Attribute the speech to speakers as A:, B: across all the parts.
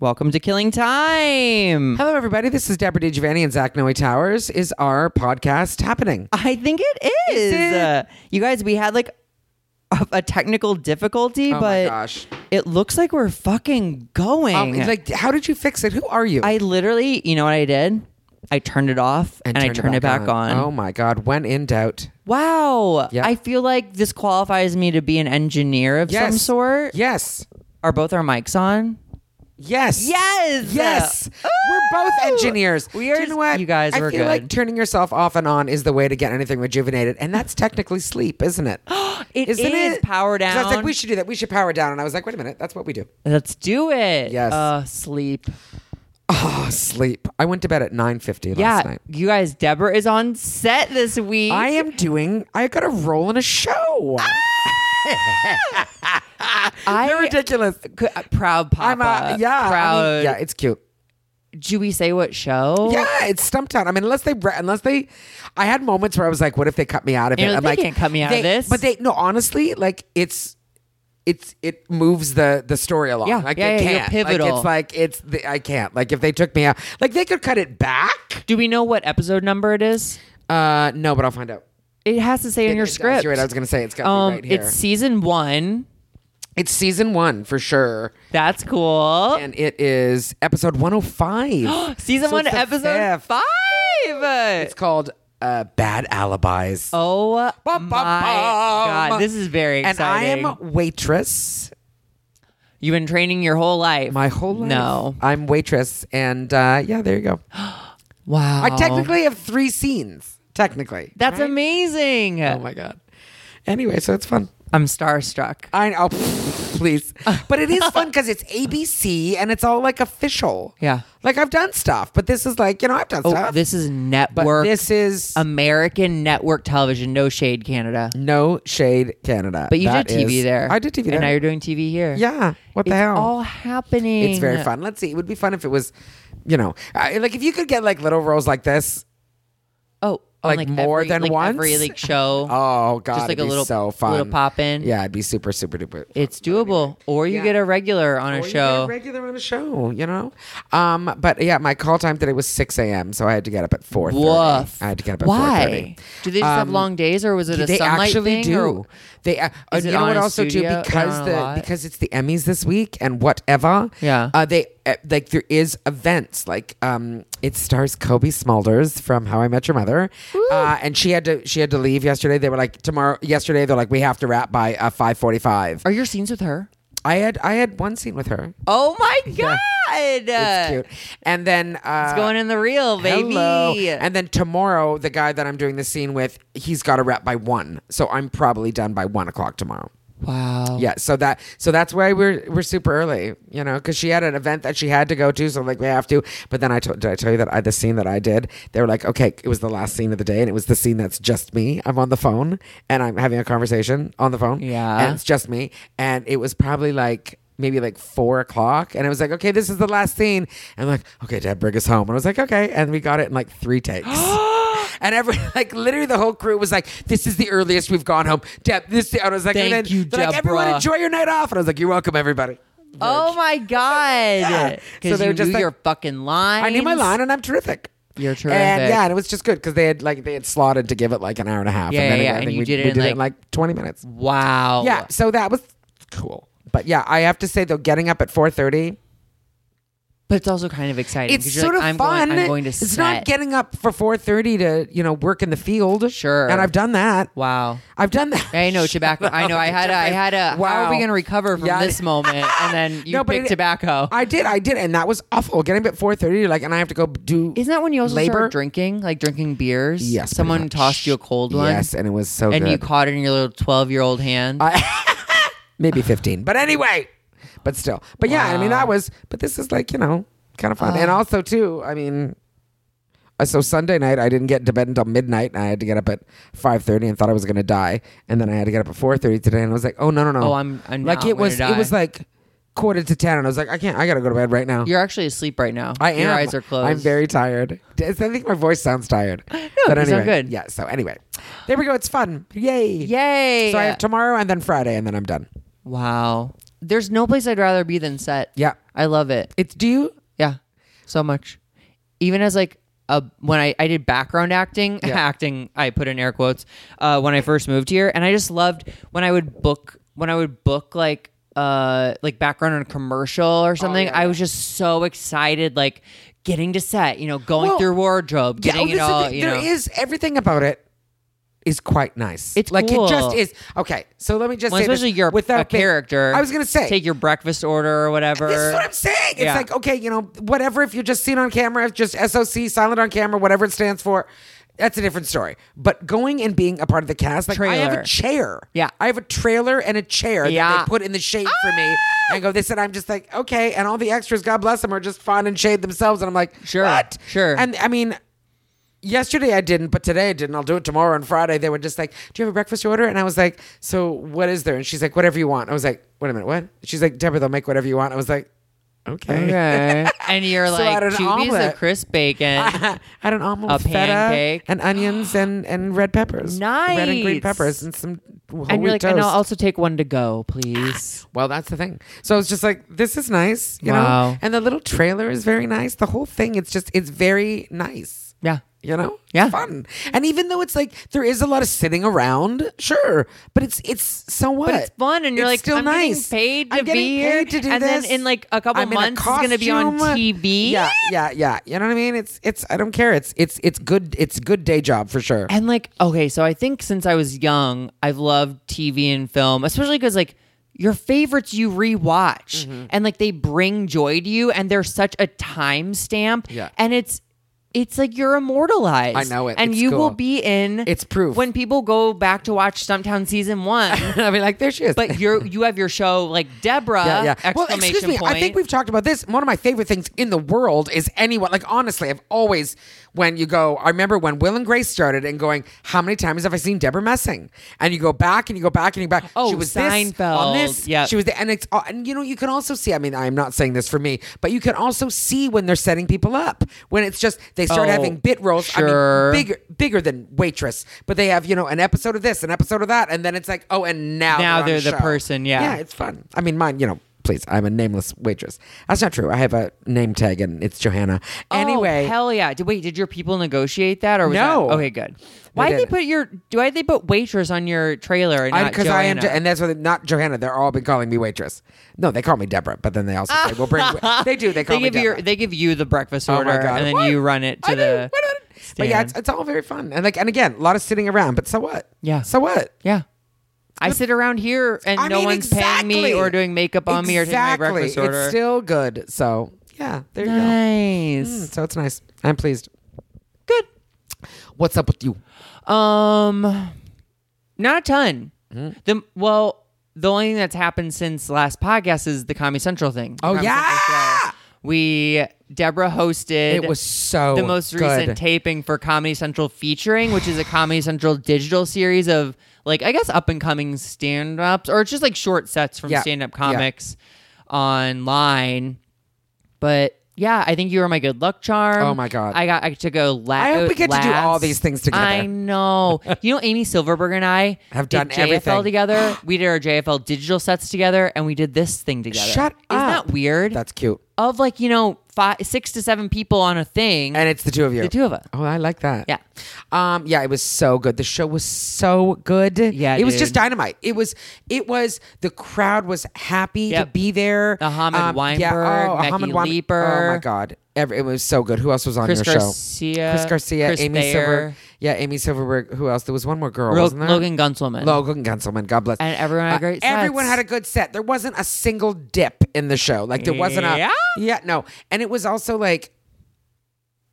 A: Welcome to Killing Time.
B: Hello, everybody. This is Deborah DiGiovanni and Zach Noe Towers. Is our podcast happening?
A: I think it is.
B: it?
A: Uh, you guys, we had like a, a technical difficulty,
B: Oh my
A: but
B: gosh.
A: it looks like we're fucking going.
B: Um, like, how did you fix it? Who are you?
A: I literally, you know what I did? I turned it off and, I turned it back, on.
B: Oh my God. When in doubt.
A: Wow.
B: Yeah.
A: I feel like this qualifies me to be an engineer of
B: Yes.
A: some sort.
B: Yes.
A: Are both our mics on?
B: Yes.
A: Yes.
B: Yes.
A: Ooh.
B: We're both engineers.
A: We are-
B: Do you know what?
A: you guys,
B: I
A: we're
B: feel like
A: good.
B: turning yourself off and on is the way to get anything rejuvenated. And that's technically sleep, isn't it?
A: It is power
B: 'Cause I was
A: down.
B: like, we should do that. We should power down. And I was like, wait a minute. That's what we do.
A: Let's do it.
B: Yes.
A: Uh, sleep.
B: Oh, sleep. I went to bed at 9.50 last
A: yeah.
B: night.
A: You guys, Deborah is on set this week.
B: I am doing, I got a role in a show.
A: I
B: You're ridiculous.
A: could- uh, proud papa.
B: I'm a, yeah.
A: Proud.
B: I mean, yeah, it's cute.
A: Do we say what show?
B: Yeah, it's Stumptown. I mean, unless they, unless they, I had moments where I was like, "What if they cut me out of
A: You're
B: it?"
A: like,
B: I'm
A: "They
B: like,
A: can't cut me out of
B: they-
A: this."
B: But they, no, honestly, like it's, it's, it moves the the story along.
A: Yeah,
B: like
A: yeah,
B: they
A: yeah, you're
B: can't.
A: pivotal.
B: Like it's like it's, the, I can't. Like if they took me out, like they could cut it back.
A: Do we know what episode number it is?
B: Uh, no, but I'll find out.
A: It has to say in
B: It-
A: your
B: it does.
A: script.
B: You're right. I was gonna say it's got
A: um,
B: me right here.
A: it's
B: It's,
A: season one.
B: season one for sure,
A: That's cool.
B: and it is episode 105.
A: season
B: So
A: one,
B: it's the
A: episode
B: fifth.
A: five.
B: It's called uh, Bad Alibis.
A: oh
B: Bum, bum,
A: my
B: bum.
A: god, this is very
B: and I
A: exciting.
B: am waitress.
A: You've been training your whole life.
B: My whole life.
A: No.
B: I'm waitress, and uh, yeah, there you go.
A: Wow.
B: I technically have three scenes. Technically,
A: That's
B: right?
A: amazing.
B: Oh my god. Anyway, so it's fun.
A: I'm starstruck.
B: I oh, please, but it is fun because it's ABC and it's all like official.
A: Yeah.
B: like I've done stuff, but this is like you know I've done
A: Oh,
B: stuff.
A: this is
B: but
A: network
B: this is
A: American network television. No shade, Canada.
B: no shade, Canada.
A: But you
B: That
A: did TV
B: is-
A: there.
B: I did TV there.
A: And now you're doing TV here.
B: yeah. What the
A: it's
B: hell?
A: all happening.
B: It's very fun. Let's see. It would be fun if it was, you know, I, like if you could get like little roles like this.
A: Oh, on,
B: Like, more
A: every,
B: than
A: like
B: once?
A: Every like show.
B: Oh God,
A: Just like a
B: it'd be
A: little-
B: so fun.
A: little pop in.
B: Yeah, it'd be super super duper.
A: It's doable. Or you
B: Yeah.
A: get a regular on
B: Or
A: a
B: you get
A: show.
B: regular on a show, you know. Um, but yeah, my call time today was six a.m., so I had to get up at four.
A: Woof.
B: I had to get up at four
A: Why?
B: thirty.
A: Do they just have long days or was it a
B: They
A: sunlight thing?
B: actually do.
A: or-
B: they uh, uh,
A: Is it
B: you know
A: on
B: what
A: a
B: also
A: studio?
B: do because
A: Down on a lot?
B: the because it's the Emmys this week and whatever.
A: Yeah.
B: Uh, they uh, like there is events like um it stars Kobe Smulders from How I Met Your Mother, uh, and she had to she had to leave yesterday. They were like tomorrow yesterday they're like we have to wrap by uh, five forty five.
A: Are your scenes with her?
B: I had I had one scene with her.
A: Oh my god.
B: It's cute. And then uh,
A: It's going in the reel, baby.
B: Hello. And then tomorrow, the guy that I'm doing the scene with, he's got to wrap by one, so I'm probably done by one o'clock tomorrow.
A: wow.
B: Yeah, so that so that's why we're we're super early, you know, because she had an event that she had to go to, so like we have to. But then I told did I tell you that I the scene that I did, they were like, okay, it was the last scene of the day, and it was the scene that's just me. I'm on the phone and I'm having a conversation on the phone.
A: Yeah.
B: and it's just me, and it was probably like. Maybe like four o'clock, and I was like, "Okay, this is the last scene." And I'm like, "Okay, Deb, bring us home." And I was like, "Okay," and we got it in like three takes. And every like literally the whole crew was like, "This is the earliest we've gone home." Deb, this. And I was like, and
A: Thank
B: then
A: you,
B: they're like, "Everyone
A: Deborah."
B: enjoy your night off," and I was like, "You're welcome, everybody."
A: Oh my god!
B: So
A: Because
B: they
A: you
B: were just
A: knew
B: like-
A: your fucking line.
B: I knew my line, and I'm terrific.
A: You're terrific.
B: And yeah, and it was just good because they had like they had slotted to give it like an hour and a half.
A: Yeah,
B: and
A: yeah,
B: it-
A: yeah,
B: I
A: and
B: think
A: you
B: we
A: did it
B: we
A: in,
B: did it
A: like-
B: in like 20 minutes.
A: Wow.
B: Yeah, so that was cool. But yeah, I have to say though, getting up at 4:30.
A: But it's also kind of exciting.
B: It's
A: 'cause you're
B: sort
A: like,
B: of
A: I'm
B: fun.
A: Going, I'm going to
B: it's
A: set.
B: not getting up for 4:30 to you know work in the field.
A: Sure.
B: and I've done that.
A: Wow.
B: I've done that.
A: I know tobacco. I know. I had. A, I had a. How are we
B: Wow.
A: going to recover from
B: Yeah.
A: this moment? And then you
B: No, but
A: pick
B: it-
A: tobacco.
B: I did, I did, and that was awful. Getting up at four thirty, like, and I have to go do.
A: Isn't that when you also
B: labor?
A: started drinking, like drinking beers?
B: Yes, pretty
A: Someone
B: much.
A: tossed you a cold one.
B: Yes, and it was so
A: And
B: good.
A: you caught it in your little twelve-year-old hand.
B: Maybe fifteen, but anyway, but still, but yeah, I mean that was. But this is like you know kind of fun, and also too, I mean. uh, So Sunday night, I didn't get to bed until midnight, and I had to get up at five thirty, and thought I was going to die, and then I had to get up at four thirty today, and I was like, "Oh no, no, no!"
A: Oh, I'm- I'm
B: like
A: not
B: it was,
A: gonna die.
B: it was like quarter to ten, and I was like, "I can't, I got to go to bed right now."
A: You're actually asleep right now.
B: I am.
A: Your eyes are closed.
B: I'm very tired. I think my voice sounds tired. No, but
A: you
B: anyway,
A: sound good.
B: Yeah. So anyway, there we go. It's fun. Yay!
A: Yay!
B: So I have tomorrow and then Friday, and then I'm done.
A: Wow. There's no place I'd rather be than set.
B: Yeah.
A: I love it.
B: It's do you?
A: Yeah, so much. Even as like a when I I did background acting, acting I put in air quotes uh, when I first moved here, and I just loved when I would book when I would book like uh like background on a commercial
B: Oh,
A: or something. I was just so excited, like getting to set, you know, going
B: Well,
A: through wardrobe, getting
B: oh, this
A: it
B: is
A: all.
B: the-
A: you
B: there
A: know.
B: is- everything about it is quite nice.
A: It's
B: like it just
A: cool.
B: is. Okay, so let me just
A: Well,
B: say this
A: especially you're
B: without
A: a
B: being-
A: character.
B: I was gonna say
A: take your breakfast order or whatever.
B: This is what I'm saying. It's
A: Yeah.
B: like, okay, you know, whatever, if you're just seen on camera, just SOC, silent on camera, whatever it stands for, that's a different story. But going and being a part of the cast, like, I have
A: Trailer.
B: a chair.
A: Yeah.
B: I have a trailer and a chair that
A: Yeah.
B: they put in the shade for me and go this. And I'm just like, okay. And all the extras, God bless them, are just fun and shade themselves. And I'm like,
A: Sure,
B: what?
A: sure.
B: And I mean, Yesterday I didn't, but today I didn't. I'll do it tomorrow and Friday. They were just like, "Do you have a breakfast order?" And I was like, "So what is there?" And she's like, "Whatever you want." I was like, "Wait a minute, what?" She's like, "Deborah, they'll make whatever you want." I was like, "Okay."
A: Okay. and you're
B: So
A: like
B: at an
A: two pieces
B: omelet-
A: of crisp bacon.
B: I had an omelet
A: A
B: with feta
A: pancake.
B: and onions and and red peppers, red and green
A: Nice.
B: peppers, and some whole
A: and you're
B: wheat
A: like,
B: toast.
A: and I'll also take one to go, please.
B: well, that's the thing. So it's just like this is nice, you know.
A: Wow.
B: And the little trailer is very nice. The whole thing, it's just it's very nice.
A: Yeah.
B: you know
A: Yeah.
B: It's fun and even though it's like there is a lot of sitting around sure but it's it's so what
A: But it's fun, and you're
B: It's
A: like,
B: still
A: I'm
B: nice
A: getting paid to
B: I'm getting
A: be
B: paid
A: here,
B: to do
A: and
B: this
A: then in like a couple
B: I'm in
A: months, it's gonna be on
B: costume.
A: TV.
B: yeah yeah yeah you know what i mean it's it's i don't care it's it's it's good it's good day job for sure
A: And like, okay, so I think since I was young, I've loved TV and film, especially because like your favorites you rewatch
B: Mm-hmm.
A: and like they bring joy to you and they're such a timestamp.
B: Yeah.
A: And it's it's like you're immortalized.
B: I know it.
A: And
B: It's
A: you
B: cool.
A: will be in
B: It's proof.
A: When people go back to watch Stumptown season one,
B: i mean like there she is
A: but you're you have your show like Deborah
B: yeah, yeah.
A: exclamation
B: Well, excuse me.
A: point.
B: I think we've talked about this. One of my favorite things in the world is anyone. Like honestly, I've always when you go. I remember when Will and Grace started and going, how many times have I seen Deborah Messing? And you go back and you go back and you go back.
A: Oh,
B: she was this on
A: Seinfeld.
B: this.
A: Yep.
B: she was. The, and it's all- and you know you can also see. I mean, I'm not saying this for me, but you can also see when they're setting people up when it's just they start
A: Oh,
B: having bit roles.
A: sure.
B: I mean, bigger bigger than waitress, but they have you know an episode of this, an episode of that, and then it's like oh, and now
A: Now
B: on
A: they're
B: the
A: the
B: show.
A: person, yeah.
B: Yeah, it's fun. I mean, mine, you know, please, I'm a nameless waitress. That's not true. I have a name tag and it's Johanna.
A: Oh,
B: Anyway,
A: hell yeah! Did, wait, did your people negotiate that or was
B: No.
A: That, okay, good. Why did they
B: didn't.
A: put your? Why did they put waitress on your trailer?
B: because
A: Because
B: I, am, Jo- and that's what they- not Johanna. They're all been calling me waitress. No, they call me Deborah, but then they also say, "We'll bring." They do. They call
A: they give
B: me
A: you.
B: Deborah.
A: They give you the breakfast
B: Oh
A: order,
B: my God.
A: and then
B: What?
A: you run it to
B: I do.
A: the.
B: Why not? But yeah,
A: stand.
B: it's, it's all very fun and like and again, a lot of sitting around. But so what?
A: Yeah.
B: So what?
A: yeah. I sit around here and
B: I
A: no
B: mean,
A: one's paying
B: exactly.
A: me or doing makeup on me or taking my
B: Exactly.
A: breakfast order.
B: It's still good. So yeah, there you go.
A: nice.
B: Mm, So it's nice. I'm pleased.
A: Good.
B: What's up with you?
A: Um, not a ton.
B: Mm-hmm.
A: The well, the only thing that's happened since last podcast is the Comedy Central thing. The
B: Oh,
A: Comedy
B: yeah!
A: Central show. we Deborah hosted.
B: It was so
A: the most
B: Oh, good.
A: recent taping for Comedy Central featuring, which is a Comedy Central digital series of like I guess up and coming stand ups or it's just like short sets from
B: Yeah.
A: stand up
B: Yeah.
A: comics online, but. Yeah, I think you were my good luck charm.
B: Oh, my God.
A: I got I to go la-
B: I hope we get to do all
A: last.
B: these things together.
A: I know. You know, Amy Silverberg and I
B: Have
A: did
B: done
A: JFL
B: everything.
A: together. We did our JFL digital sets together, and we did this thing together.
B: Shut
A: Isn't
B: up.
A: that weird?
B: That's cute.
A: of like you know five, six to seven people on a thing.
B: And it's the two of you.
A: the two of us.
B: Oh, I like that.
A: Yeah.
B: Um, yeah, it was so good. The show was so good.
A: Yeah,
B: It was just
A: dude.
B: dynamite. It was it was the crowd was happy to
A: Yep.
B: be there. Um,
A: Ahmed Weinberg, Becky
B: Oh
A: Leeper.
B: my god. Every, it was so good. Who else was on
A: Chris
B: your show?
A: Garcia,
B: Chris Garcia,
A: Chris
B: Amy Silver.
A: Thayer.
B: Yeah, Amy Silverberg. Who else? There was one more girl,
A: Ro-
B: wasn't there?
A: Logan Gunselman.
B: Logan Gunselman, God bless. Uh,
A: And everyone had great
B: Everyone
A: sets.
B: had a good set. There wasn't a single dip in the show. Like there wasn't a
A: Yeah?
B: yeah no. And it was also like,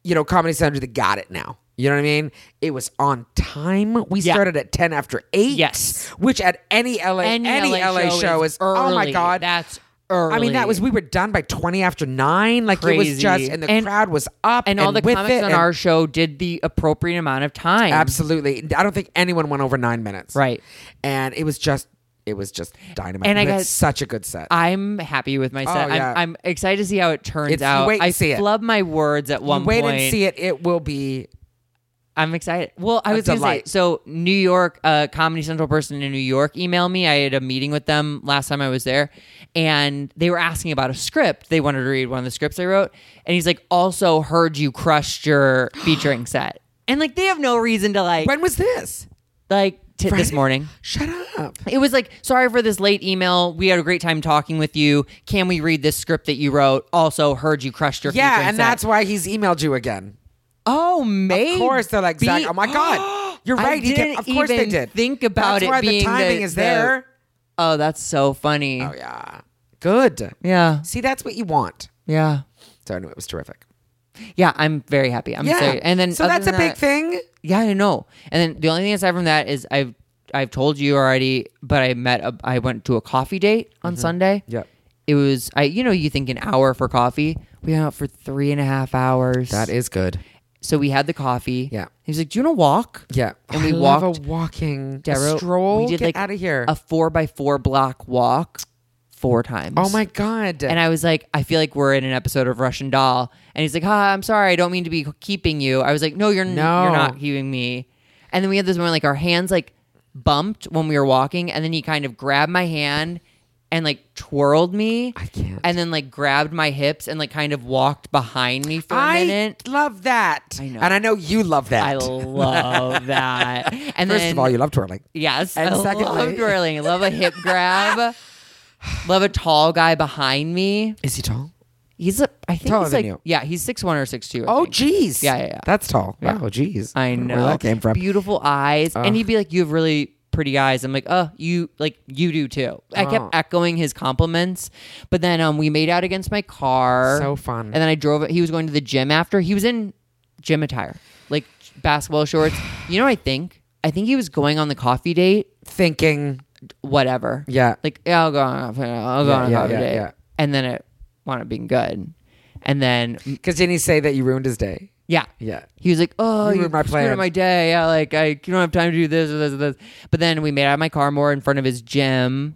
B: you know, Comedy Central they got it now. You know what I mean? It was on time. We
A: Yeah.
B: started at ten after eight.
A: Yes.
B: which at any LA any,
A: Any
B: LA, show, is, oh my
A: early.
B: god.
A: that's early.
B: I mean, that was we were done by twenty after nine. Like it was
A: Crazy.
B: just, and the
A: And-
B: crowd was up,
A: and all the
B: with
A: comics
B: it,
A: on
B: and-
A: our show did the appropriate amount of time.
B: Absolutely. I don't think anyone went over nine minutes.
A: Right.
B: And it was just it was just dynamite.
A: And I
B: We had
A: got-
B: such a good set.
A: I'm happy with my set.
B: Oh, yeah.
A: I'm, I'm excited to see how it turns
B: It's- you
A: out.
B: wait and
A: I
B: see it.
A: flub my words at one
B: Wait
A: point.
B: and see it. It will be
A: I'm excited. Well, I was
B: That's
A: going to say,
B: a light.
A: so New York, uh, Comedy Central person in New York emailed me. I had a meeting with them last time I was there, and they were asking about a script. They wanted to read one of the scripts I wrote, and he's like, "Also heard you crushed your featuring set," and like they have no reason to like
B: When was this?
A: like t- this
B: Friday?
A: morning.
B: Shut up.
A: It was like, sorry for this late email. We had a great time talking with you. Can we read this script that you wrote? Also, heard you crushed your
B: Yeah,
A: featuring
B: and
A: set."
B: that's why he's emailed you again.
A: oh maybe
B: Of course, they're like, Zach, oh my God. You're
A: I
B: right. he did.
A: didn't
B: Of course they
A: even
B: did.
A: think about
B: That's
A: it
B: why
A: being
B: the timing
A: the-
B: is
A: the-
B: there.
A: Oh, that's so funny.
B: Oh, yeah. Good.
A: yeah,
B: See, that's what you want.
A: yeah,
B: So, anyway, it was terrific.
A: yeah. I'm very happy. I'm
B: Yeah.
A: sorry. And then
B: so
A: other
B: that's a
A: than
B: big
A: that-
B: thing.
A: Yeah, I know. And then the only thing aside from that is I've I've told you already, but I met a, I went to a coffee date on
B: Mm-hmm.
A: Sunday.
B: Yep.
A: It was I you know you think an hour for coffee. We went out for three and a half hours.
B: That is good.
A: so we had the coffee.
B: Yeah.
A: He was like, "Do you want to walk?"
B: Yeah.
A: And we
B: I love
A: walked-
B: a walking a
A: Darrow,
B: stroll.
A: We did
B: Get
A: like
B: out of here.
A: a four by four block walk four times.
B: oh, my God.
A: And I was like, I feel like we're in an episode of Russian Doll. And he's like, "Ah, I'm sorry, I don't mean to be keeping you." I was like, "No, you're n-
B: No.
A: you're not keeping me." And then we had this moment like our hands like bumped when we were walking, and then he kind of grabbed my hand and like twirled me.
B: I can't.
A: And then like grabbed my hips and like kind of walked behind me for a
B: I
A: minute.
B: love that.
A: know.
B: And I know you love that.
A: I love that. And
B: First
A: then,
B: of all, you love twirling.
A: Yes.
B: And
A: I
B: secondly-
A: love twirling. I love a hip grab. love a tall guy behind me.
B: Is he tall?
A: He's a I think
B: Taller
A: he's
B: than
A: like
B: you.
A: yeah, he's six one or six two.
B: Oh, geez.
A: Yeah, yeah, yeah.
B: That's tall. Wow, geez.
A: I
B: don't
A: know.
B: Where that came from.
A: Beautiful eyes.
B: Ugh.
A: And he'd be like, You have really pretty eyes. I'm like, Oh, you like you do too. I
B: Oh.
A: kept echoing his compliments. But then um we made out against my car.
B: So fun.
A: And then I drove he was going to the gym after. He was in gym attire. Like basketball shorts. you know what I think? I think he was going on the coffee date,
B: Thinking,
A: whatever.
B: yeah.
A: like yeah, I'll go on, I'll go on a
B: yeah,
A: coffee
B: yeah,
A: date,
B: yeah.
A: and then it wound up being good, and then
B: Because didn't he say that you ruined his day?
A: yeah,
B: Yeah.
A: he was like, oh,
B: You
A: you,
B: ruined my
A: screwed up
B: plan.
A: my day, yeah, like I you don't have time to do this or this or this, but then we made out of my car more in front of his gym,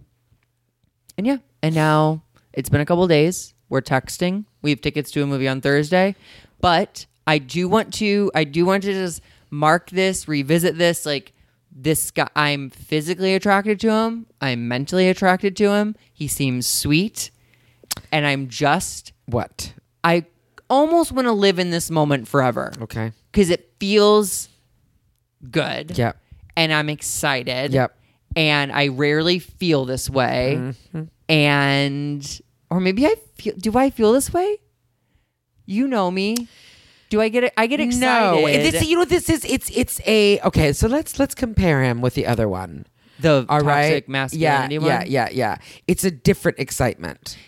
A: and yeah, and now it's been a couple days. We're texting. We have tickets to a movie on Thursday, but I do want to. I do want to just mark this, revisit this. Like this guy, I'm physically attracted to him. I'm mentally attracted to him. He seems sweet, and I'm just.
B: What?
A: I almost want to live in this moment forever
B: Okay.
A: because it feels good.
B: Yep.
A: And I'm excited.
B: Yep.
A: And I rarely feel this way.
B: Mm-hmm.
A: And, or maybe I feel, do I feel this way? You know me. Do I get, I get excited.
B: No. This, you know what this is? It's it's a okay, so let's let's compare him with the other one.
A: the
B: All
A: toxic
B: right.
A: masculinity
B: yeah,
A: one.
B: Yeah, yeah, yeah. It's a different excitement.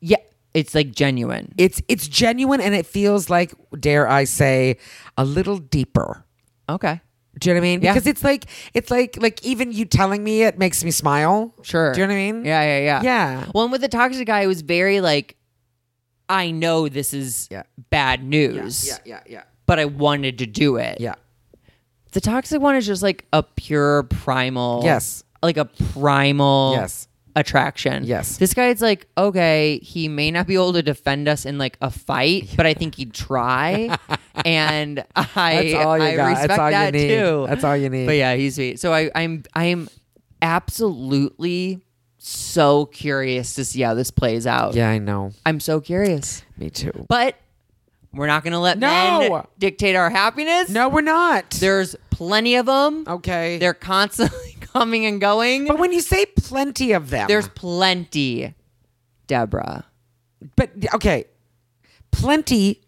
A: Yeah. It's like genuine.
B: It's it's genuine and it feels like, dare I say, a little deeper.
A: Okay.
B: Do you know what I mean?
A: Yeah.
B: Because it's like it's like like even you telling me it makes me smile.
A: Sure.
B: Do you know what I mean?
A: Yeah. Yeah. Yeah.
B: Yeah.
A: Well, and with the toxic guy, it was very like, I know this is
B: Yeah.
A: bad news,
B: Yeah, yeah, yeah.
A: but I wanted to do it.
B: Yeah.
A: The toxic one is just like a pure primal.
B: Yes.
A: Like a primal
B: Yes.
A: attraction.
B: Yes.
A: This guy's like, okay, he may not be able to defend us in like a fight, but I think he'd try. and I,
B: That's all you
A: I
B: got.
A: respect
B: That's all you
A: that
B: need.
A: too.
B: That's all you need.
A: But yeah, he's sweet. So I, I'm I'm absolutely so curious to see how this plays out.
B: Yeah, I know.
A: I'm so curious.
B: Me too.
A: But we're not gonna let men
B: No.
A: dictate our happiness.
B: No, we're not.
A: There's plenty of them.
B: okay.
A: They're constantly coming and going.
B: but when you say plenty of them,
A: There's plenty, Deborah.
B: but okay, plenty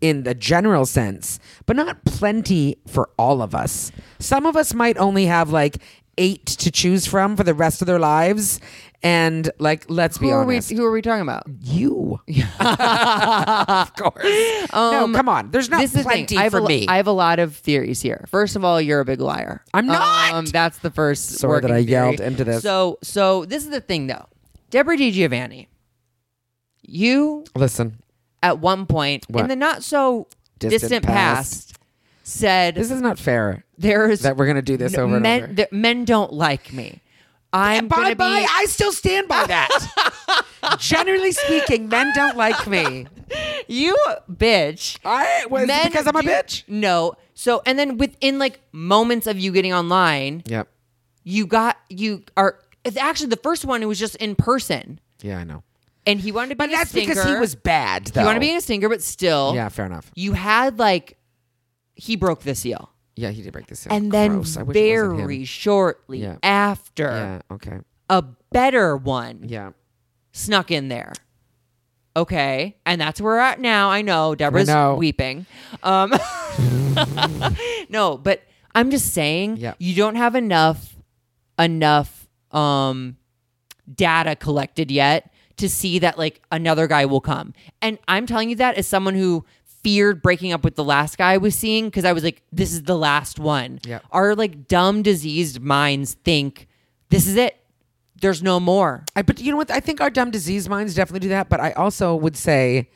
B: in the general sense, but not plenty for all of us. Some of us might only have like eight to choose from for the rest of their lives, and like let's be
A: Who are we?
B: honest,
A: Who are we talking about?
B: you. of course. no, come on. There's not
A: Um, this is the thing.
B: plenty
A: I have
B: for
A: a,
B: me.
A: I have a lot of theories here. First of all, you're a big liar. Um,
B: I'm not!
A: that's the first.
B: Sorry that
A: working
B: I yelled
A: theory.
B: into this.
A: So, so this is the thing, though. Deborah DiGiovanni, you
B: Listen,
A: at one point
B: What?
A: in the not so
B: Distant
A: distant,
B: past.
A: past, said
B: this is not fair
A: there is
B: that we're going to do this over and
A: men
B: over.
A: that men don't like me. I'm
B: bye
A: gonna
B: bye.
A: be
B: I still stand by that. Generally speaking, men don't like me.
A: you bitch.
B: I was
A: Men
B: Oh, because I'm a
A: do-
B: bitch.
A: No. So and then within like moments of you getting online,
B: Yep.
A: you got you are it's actually the first one it was just in person.
B: Yeah, I know.
A: And he wanted to be
B: But
A: a
B: that's
A: stinker.
B: because he was bad. Though.
A: He wanted to be a stinker, but still
B: Yeah, fair enough.
A: you had like he broke the seal.
B: Yeah, he did break this.
A: And then
B: Gross. I wish it wasn't him.
A: very shortly
B: Yeah.
A: after
B: Yeah. Okay.
A: a better one
B: Yeah.
A: snuck in there. Okay, and that's where we're at now. I know Deborah's
B: know.
A: weeping. Um, no, but I'm just saying
B: Yeah.
A: you don't have enough enough um, data collected yet to see that like another guy will come. And I'm telling you that as someone who feared breaking up with the last guy I was seeing because I was like, this is the last one.
B: Yeah.
A: Our like dumb diseased minds think this is it. There's no more.
B: I, but you know what? I think our dumb disease minds definitely do that. But I also would say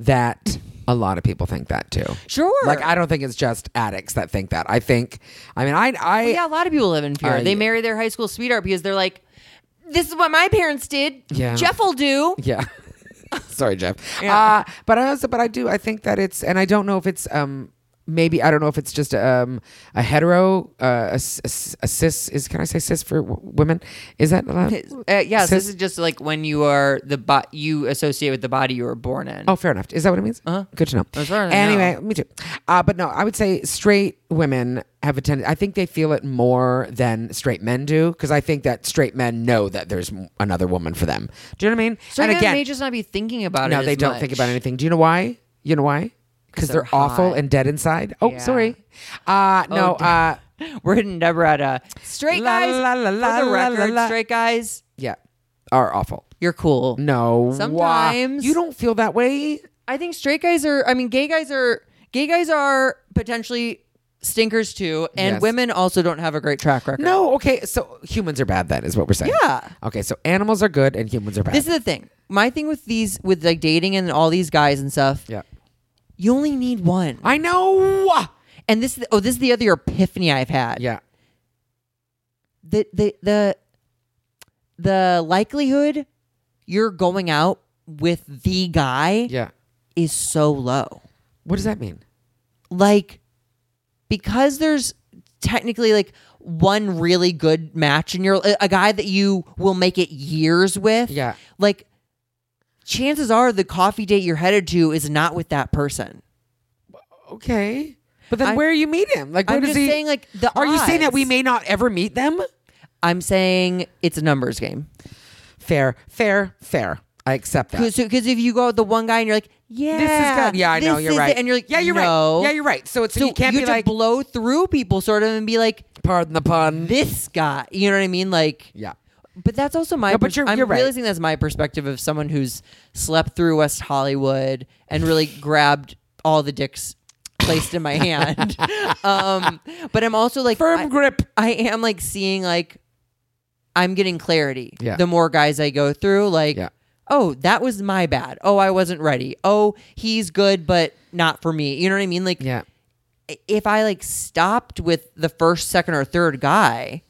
B: that a lot of people think that too.
A: Sure.
B: Like I don't think it's just addicts that think that. I think. I mean, I. I
A: yeah, a lot of people live in fear.
B: Uh,
A: they
B: yeah.
A: marry their high school sweetheart because they're like, this is what my parents did.
B: Yeah.
A: Jeff will do.
B: Yeah. Sorry, Jeff.
A: Yeah.
B: Uh, but I also, but I do. I think that it's, and I don't know if it's, um, maybe I don't know if it's just um, a hetero, uh, a, s- a s- a cis is. Can I say cis for w- women? Is that allowed?
A: Uh, yeah, so
B: Sis-
A: this is just like when you are the bo- you associate with the body you were born in.
B: Oh, fair enough. Is that what it means?
A: Uh-huh.
B: Good to know.
A: As far as I
B: anyway, me too. Uh, but no, I would say straight women have a tendency. I think they feel it more than straight men do because I think that straight men know that there's m- another woman for them. Do you know what I mean?
A: so
B: and again,
A: they may just not be thinking about it.
B: No,
A: as
B: they don't
A: much.
B: think about anything. Do you know why? You know why? Because
A: they're
B: they're, awful
A: hot.
B: and dead inside. Oh,
A: Yeah. Oh,
B: sorry. Uh, no, uh,
A: We're hitting Deborah at uh, straight
B: La,
A: guys.
B: la, la, la,
A: for the
B: la, la,
A: record,
B: la.
A: straight guys,
B: yeah, are awful.
A: you're cool.
B: No, why?
A: Sometimes.
B: you don't feel that way.
A: I think straight guys are. I mean, gay guys are. Gay guys are potentially stinkers too, and
B: Yes.
A: women also don't have a great track record.
B: No, okay. So humans are bad. Then is what we're saying.
A: Yeah.
B: Okay, so animals are good and humans are bad.
A: This is the thing. My thing with these, with like dating and all these guys and stuff,
B: yeah,
A: you only need one.
B: I know.
A: And this, oh, this is the other epiphany I've had.
B: Yeah,
A: The the the the likelihood you're going out with the guy
B: yeah.
A: is so low.
B: What does that mean?
A: Like because there's technically like one really good match and you're a guy that you will make it years with.
B: Yeah.
A: Like chances are the coffee date you're headed to is not with that person.
B: Okay, but then
A: I-
B: where you meet him? Like, where
A: I'm
B: does
A: just
B: he?
A: saying, like the.
B: are you saying that we
A: odds.
B: may not ever meet them?
A: I'm saying it's a numbers game.
B: Fair, fair, fair. I accept that.
A: Because if you go with the one guy and you're like, yeah,
B: This is good. Yeah, I know.
A: this
B: You're
A: is
B: right.
A: it," and you're like,
B: yeah, you're
A: no.
B: right. Yeah, you're right. So it's
A: So
B: you can't
A: you
B: be
A: have
B: like,
A: to blow through people, sort of, and be like,
B: pardon the pun.
A: this guy. You know what I mean? Like,
B: Yeah.
A: But that's also my.
B: No, but
A: pers-
B: you're-
A: I'm
B: you're right.
A: realizing that's my perspective of someone who's slept through West Hollywood and really grabbed all the dicks placed in my hand. um, but I'm also like
B: Firm
A: I-
B: grip.
A: I am like seeing like I'm getting clarity.
B: Yeah.
A: The more guys I go through, like,
B: Yeah.
A: oh, that was my bad. Oh, I wasn't ready. Oh, he's good, but not for me. You know what I mean? Like,
B: Yeah.
A: i- if I like stopped with the first, second, or third guy,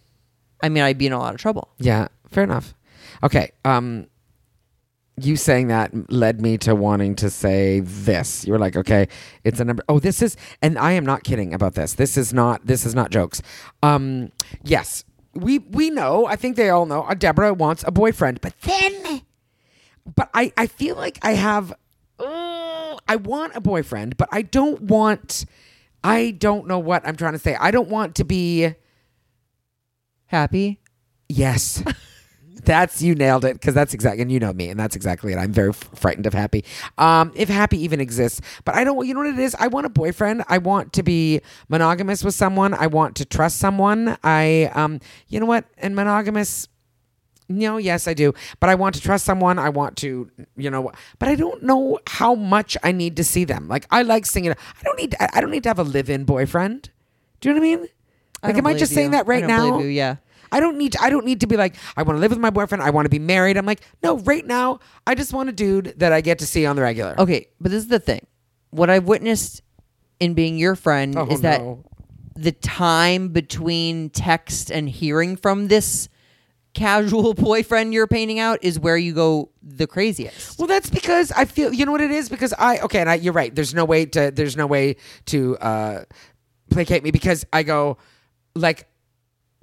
A: I mean, I'd be in a lot of trouble.
B: Yeah. Fair enough. Okay. Um, you saying that led me to wanting to say this. You were like, okay, it's a number. Oh, this is, and I am not kidding about this. This is not. This is not jokes. Um, yes, we we know. I think they all know. Uh, Deborah wants a boyfriend, but then, but I I feel like I have. uh, I want a boyfriend, but I don't want. I don't know what I'm trying to say. I don't want to be.
A: Happy?
B: Yes. That's you nailed it because that's exactly and you know me and that's exactly it. I'm very f- frightened of happy, um, if happy even exists. But I don't. You know what it is? I want a boyfriend. I want to be monogamous with someone. I want to trust someone. I, um, you know what? And monogamous. No, yes, I do. But I want to trust someone. I want to, you know. But I don't know how much I need to see them. Like I like singing. I don't need. I I don't need to have a live-in boyfriend. Do you know what I mean?
A: I
B: Like,
A: don't
B: am I
A: believe
B: just saying
A: you.
B: that right
A: I don't
B: now?
A: believe you, Yeah.
B: I don't need to, I don't need to be like I want to live with my boyfriend. I want to be married. I'm like no, right now I just want a dude that I get to see on the regular.
A: Okay, but this is the thing. What I've witnessed in being your friend
B: Oh,
A: is that
B: no.
A: the time between text and hearing from this casual boyfriend you're painting out is where you go the craziest.
B: Well, that's because I feel you know what it is because I okay, and I, you're right. There's no way to there's no way to uh, placate me because I go like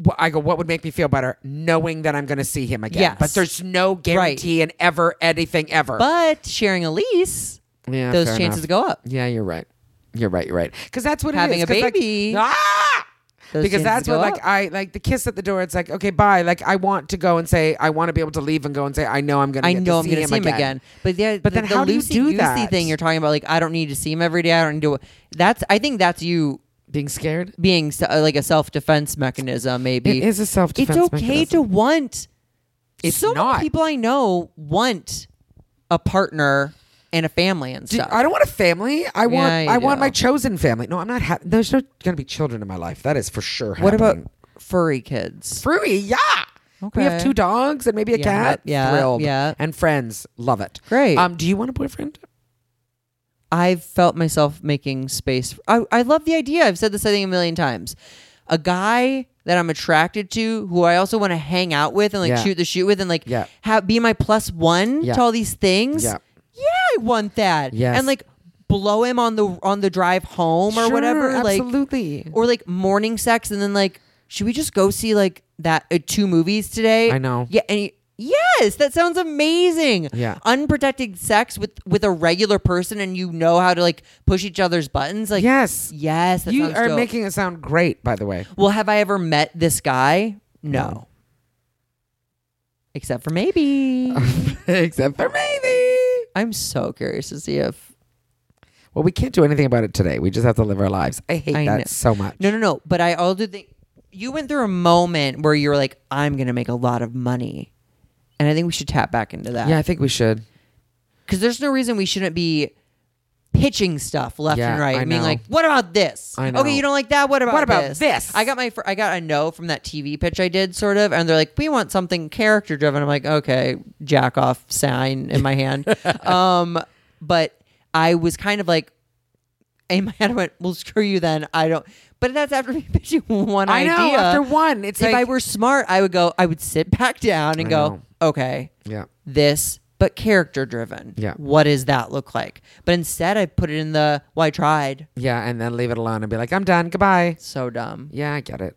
B: wh- I go what would make me feel better knowing that I'm going to see him again.
A: Yes.
B: But there's no guarantee and ever anything ever.
A: But sharing a lease,
B: yeah,
A: those
B: fair
A: chances
B: enough.
A: go up.
B: Yeah, you're right. You're right. You're right. Because that's what
A: Having
B: it
A: a
B: is. 'Cause, like,
A: baby,
B: ah!
A: those
B: because
A: chances
B: that's what
A: go
B: like
A: up.
B: I like the kiss at the door. It's like okay, bye. Like I want to go and say I want to be able to leave and go and say I know I'm going to.
A: I know I'm
B: going to
A: see him again. But yeah,
B: But
A: the,
B: then
A: the
B: how do you
A: loosey
B: do
A: goosey
B: that?
A: thing you're talking about, like I don't need to see him every day. I don't need to. That's I think that's you
B: Being scared.
A: being s- uh, like a self defense mechanism. Maybe
B: It is a self
A: It's
B: defense.
A: okay to want.
B: It's
A: so
B: not.
A: many people I know want a partner and a family and stuff.
B: I don't want a family. I want.
A: Yeah, you
B: I want
A: do.
B: my chosen family. No, I'm not. Ha- there's no going to be children in my life. That is for sure.
A: what about
B: happening.
A: furry kids?
B: Fruity? Yeah. We have
A: Okay.
B: two dogs and maybe a
A: Yeah,
B: cat.
A: yeah,
B: Thrilled.
A: yeah.
B: And friends love it.
A: Great.
B: Um, do you want a boyfriend?
A: I've felt myself making space. I, I love the idea. I've said this, I think, a million times. A guy that I'm attracted to, who I also want to hang out with and like
B: Yeah.
A: shoot the shoot with, and like
B: Yeah.
A: ha- be my plus one
B: Yeah.
A: to all these things.
B: Yeah.
A: Yeah, I want that.
B: Yes.
A: and like blow him on the on the drive home or
B: Sure,
A: whatever. Like
B: Absolutely.
A: or like morning sex, and then like, should we just go see like that uh, two movies today?
B: I know.
A: Yeah, and. he- Yes, that sounds amazing.
B: Yeah.
A: unprotected sex with with a regular person, and you know how to like push each other's buttons. Like
B: yes.
A: yes, that
B: you
A: sounds
B: are
A: dope.
B: making it sound great. By the way.
A: Well, have I ever met this guy? No,
B: No.
A: except for maybe.
B: Except for maybe.
A: I'm so curious to see if
B: Well, we can't do anything about it today. We just have to live our lives. I hate
A: I
B: that
A: know.
B: so much.
A: no, no, no. But I also think you went through a moment where you were like, I'm gonna make a lot of money, and I think we should tap back into that.
B: Yeah, I think we should.
A: because there's no reason we shouldn't be pitching stuff left
B: Yeah,
A: and right.
B: I
A: I mean,
B: know.
A: like, what about this?
B: I know.
A: Okay, you don't like that. What about
B: What about this?
A: I got my fir- I got a no from that TV pitch I did, sort of, and they're like, we want something character driven. I'm like, okay, jack off sign in my hand. um, but I was kind of like. In my head, I went, "Well, screw you then." I don't. But that's after me pitching one
B: I
A: idea.
B: know. After one, it's
A: if
B: like
A: I were smart, I would go. I would sit back down and
B: I
A: go,
B: know.
A: "Okay,
B: Yeah.
A: this, but character driven.
B: Yeah.
A: What does that look like? But instead, I put it in the "Well, I tried."
B: Yeah, and then leave it alone and be like, I'm done. Goodbye.
A: So dumb.
B: Yeah, I get it.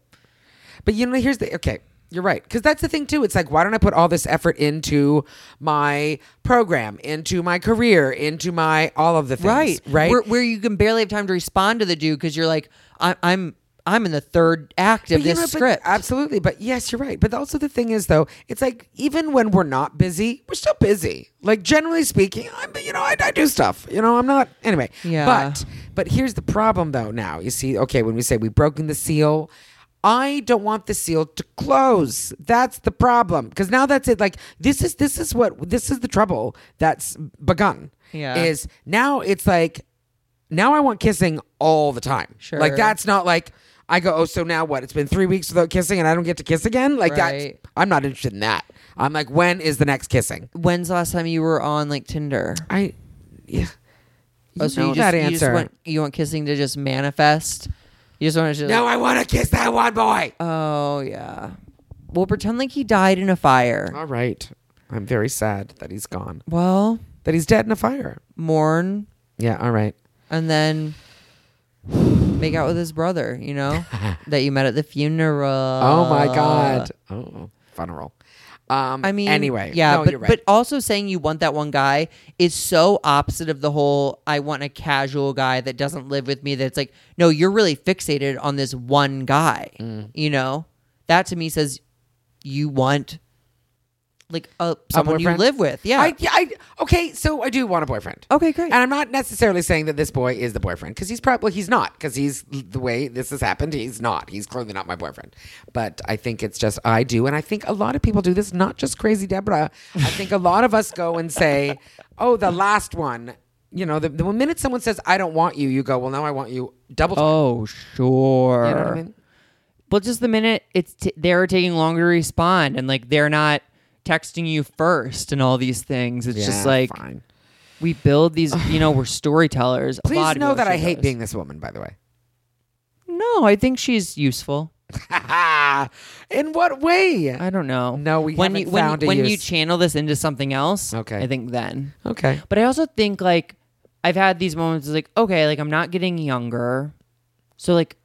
B: But you know, here's the okay. You're right. Because that's the thing, too. It's like, why don't I put all this effort into my program, into my career, into my all of the things?
A: Right.
B: Right.
A: Where, where you can barely have time to respond to the dude because you're like, I, I'm, I'm in the third act of
B: But
A: this
B: you know, but-
A: script.
B: absolutely. But yes, you're right. But also, the thing is, though, it's like, even when we're not busy, we're still busy. Like, generally speaking, I'm, you know, I, I do stuff. You know, I'm not. Anyway.
A: Yeah.
B: But But here's the problem, though. Now you see, okay, when we say we've broken the seal, I don't want the seal to close. That's the problem, because now that's it. Like this is this is what this is the trouble that's begun.
A: Yeah.
B: is now it's like now I want kissing all the time.
A: Sure.
B: like that's not like I go. Oh, so now what? It's been three weeks without kissing, and I don't get to kiss again. Like
A: Right.
B: that, I'm not interested in that. I'm like, when is the next kissing?
A: When's the last time you were on like Tinder?
B: I, yeah.
A: oh, so
B: know
A: you just,
B: that
A: you just
B: answer.
A: want you want kissing to just manifest. You just want to just
B: now I want to kiss that one boy.
A: oh yeah. Well, pretend like he died in a fire.
B: All right. I'm very sad that he's gone.
A: Well,
B: That he's dead in a fire.
A: mourn
B: Yeah, all right.
A: and then make out with his brother, you know, that you met at the funeral.
B: oh my god. Oh, funeral. Um
A: Uh. I mean,
B: anyway.
A: yeah,
B: no,
A: but
B: you're right.
A: but also saying you want that one guy is so opposite of the whole. I want a casual guy that doesn't live with me. That's like, no, you're really fixated on this one guy.
B: Mm.
A: You know, that to me says you want like a someone you
B: boyfriend?
A: live with. Yeah.
B: I, yeah, I okay, so I do want a boyfriend.
A: okay, great.
B: And I'm not necessarily saying that this boy is the boyfriend because he's probably he's not because he's the way this has happened. He's not. He's clearly not my boyfriend. But I think it's just I do, and I think a lot of people do this. Not just crazy Deborah. I think a lot of us go and say, "Oh, the last one." You know, the, the minute someone says, "I don't want you," you go, "Well, now I want you." Double. time."
A: oh sure.
B: You know what I mean?
A: Well, just the minute it's t- they're taking longer to respond and like they're not texting you first and all these things. It's just
B: Yeah,
A: like
B: fine.
A: we build these, you know, we're storytellers. A
B: Please
A: lot of
B: know that
A: people
B: I
A: should
B: hate
A: know
B: being this woman, by the way.
A: this. No, I think she's useful.
B: Yeah. In what way?
A: I don't know.
B: No, we
A: when
B: haven't
A: you, when,
B: found a
A: when you
B: use.
A: channel this into something else.
B: Okay.
A: I think then.
B: okay.
A: But I also think like I've had these moments like okay, like I'm not getting younger, so like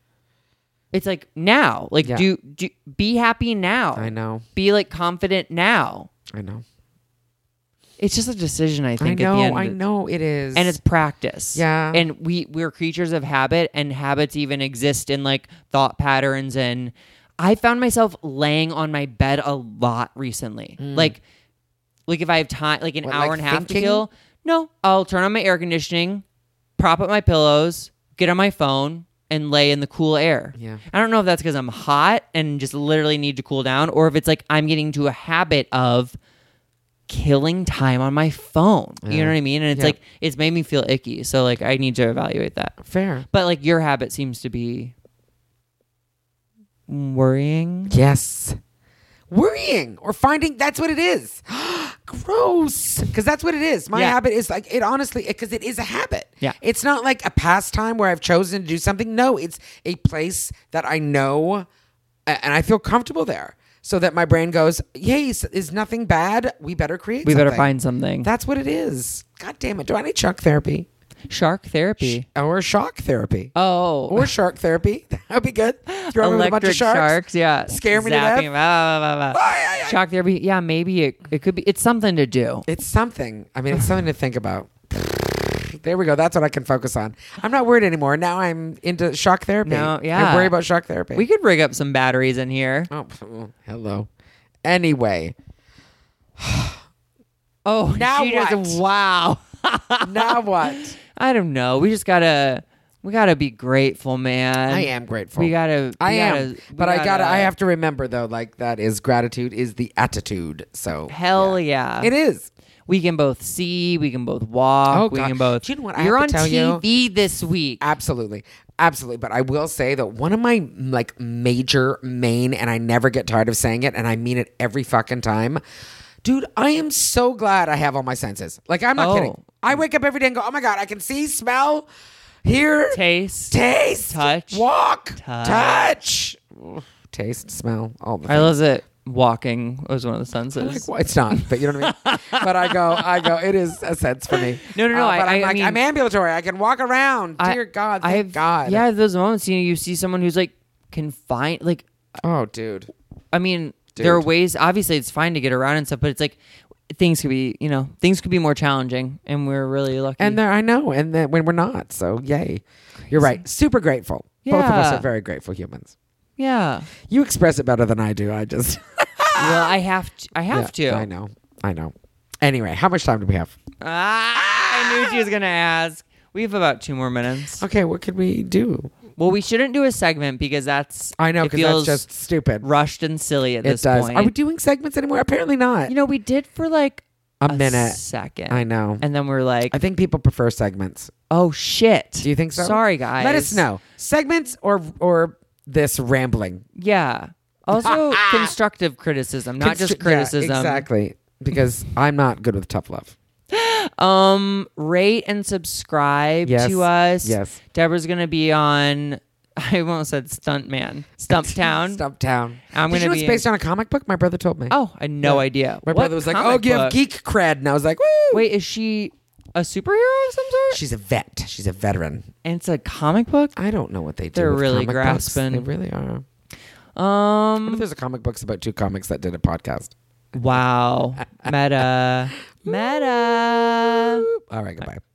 A: it's like now, like
B: Yeah.
A: do do be happy now.
B: I know.
A: Be like confident now.
B: I know.
A: It's just a decision. I
B: I
A: think at the
B: know.
A: end.
B: I
A: of the-
B: know it is.
A: and it's practice.
B: Yeah.
A: And we we're creatures of habit and habits even exist in like thought patterns and I found myself laying on my bed a lot recently. Like like if I have time like an
B: Mm. What,
A: hour
B: like
A: and a half
B: thinking?
A: to kill, no, I'll turn on my air conditioning, prop up my pillows, get on my phone and lay in the cool air.
B: Yeah.
A: I don't know if that's cuz I'm hot and just literally need to cool down or if it's like I'm getting to a habit of killing time on my phone. You know what I mean? And it's
B: Yeah.
A: like it's made me feel icky. So like I need to evaluate that.
B: fair.
A: But like your habit seems to be worrying.
B: Yes. Worrying or finding that's what it is. Gross. Because that's what it is. My
A: Yeah.
B: habit is like it honestly because it is a habit.
A: Yeah.
B: It's not like a pastime where I've chosen to do something. No, it's a place that I know a- and I feel comfortable there. So that my brain goes, Yay, is- is nothing bad. We better create
A: We better
B: something."
A: find something.
B: That's what it is. God damn it. Do I need shock therapy?
A: Shark therapy.
B: Or shock therapy.
A: Oh.
B: Or shark therapy. That'd be good. Throw them with a bunch of sharks.
A: yeah.
B: Scare me to
A: Zapping Ah,
B: death.
A: them, blah, blah, blah, blah.
B: Ay, ay, ay.
A: Shark therapy. Yeah, maybe it, it could be it's something to do.
B: It's something. I mean, it's something to think about. There we go. That's what I can focus on. I'm not worried anymore. Now I'm into shock therapy.
A: No, yeah.
B: I worry about shock therapy.
A: We could rig up some batteries in here.
B: oh, pff, hello. Anyway,
A: Oh,
B: Now
A: she does-
B: what?
A: wow.
B: now what?
A: I don't know. We just gotta we gotta be grateful, man.
B: I am grateful.
A: We gotta.
B: I
A: we gotta-
B: am.
A: we
B: But I gotta. I have to remember though. Like that is gratitude is the attitude. So
A: Hell yeah!
B: it is.
A: We can both see. We can both walk.
B: Oh,
A: we
B: God.
A: can both.
B: Do you know what I
A: You're
B: have
A: on
B: to tell you?
A: TV this week.
B: Absolutely. Absolutely. But I will say that one of my like major main, and I never get tired of saying it, and I mean it every fucking time. Dude, I am so glad I have all my senses. Like I'm not
A: Oh.
B: kidding. I wake up every day and go, oh my God, I can see, smell, hear,
A: Taste.
B: taste,
A: touch,
B: walk,
A: touch.
B: touch. Taste, smell, all the
A: I love that walking was one of the senses.
B: like, well, it's not, but you know what I mean. but I go, I go. It is a sense for me. Uh,
A: No, no, no, I-
B: but
A: I-
B: am
A: I
B: like,
A: mean-
B: I'm ambulatory. I can walk around.
A: I-
B: Dear God,
A: I
B: Oh, thank
A: have,
B: God.
A: Yeah, those moments. You know, you see someone who's like confined. Like,
B: Oh, dude.
A: I mean, there are
B: Dude.
A: ways. Obviously, it's fine to get around and stuff, but it's like things could be. You know, things could be more challenging, and we're really lucky.
B: And there, I know, and that when we're not, so yay, you're right. Super grateful. Both of us
A: Yeah.
B: are very grateful humans.
A: yeah.
B: You express it better than I do. I just
A: well, I have. To, I have
B: Yeah,
A: to.
B: I know. I know. Anyway, how much time do we have?
A: Ah, I knew she was gonna ask. We have about two more minutes.
B: Okay, what could we do?
A: Well, we shouldn't do a segment because that's
B: I know
A: it
B: because that's
A: feels
B: just stupid.
A: rushed and silly at
B: It
A: this
B: does.
A: point.
B: Are we doing segments anymore? Apparently not.
A: you know, we did for like
B: a minute.
A: second.
B: I know.
A: and then we're like,
B: I think people prefer segments.
A: oh shit.
B: Do you think so?
A: Sorry, guys.
B: Let us know segments or or this rambling,
A: Yeah. Also, constructive criticism, not
B: Constr-
A: just
B: yeah,
A: criticism.
B: exactly, because I'm not good with tough love.
A: Um, rate and subscribe
B: Yes.
A: to us.
B: Yes.
A: Deborah's gonna be on. I almost said Stuntman, Stumptown.
B: Stump Town.
A: I'm gonna
B: Did you know
A: be-
B: it's based on a comic book? My brother told me.
A: Oh, I had no
B: Yeah.
A: idea.
B: My
A: What
B: brother was like,
A: comic
B: "Oh, give
A: book?
B: geek cred," and I was like, "Woo!"
A: Wait, is she a superhero of some sort?
B: she's a vet. She's a veteran.
A: and it's a comic book.
B: I don't know what they do.
A: They're
B: with
A: really
B: comic books.
A: grasping.
B: They really are. I wonder if
A: Um.
B: there's a comic books about two comics that did a podcast.
A: Wow. Meta. Meta.
B: All right, goodbye.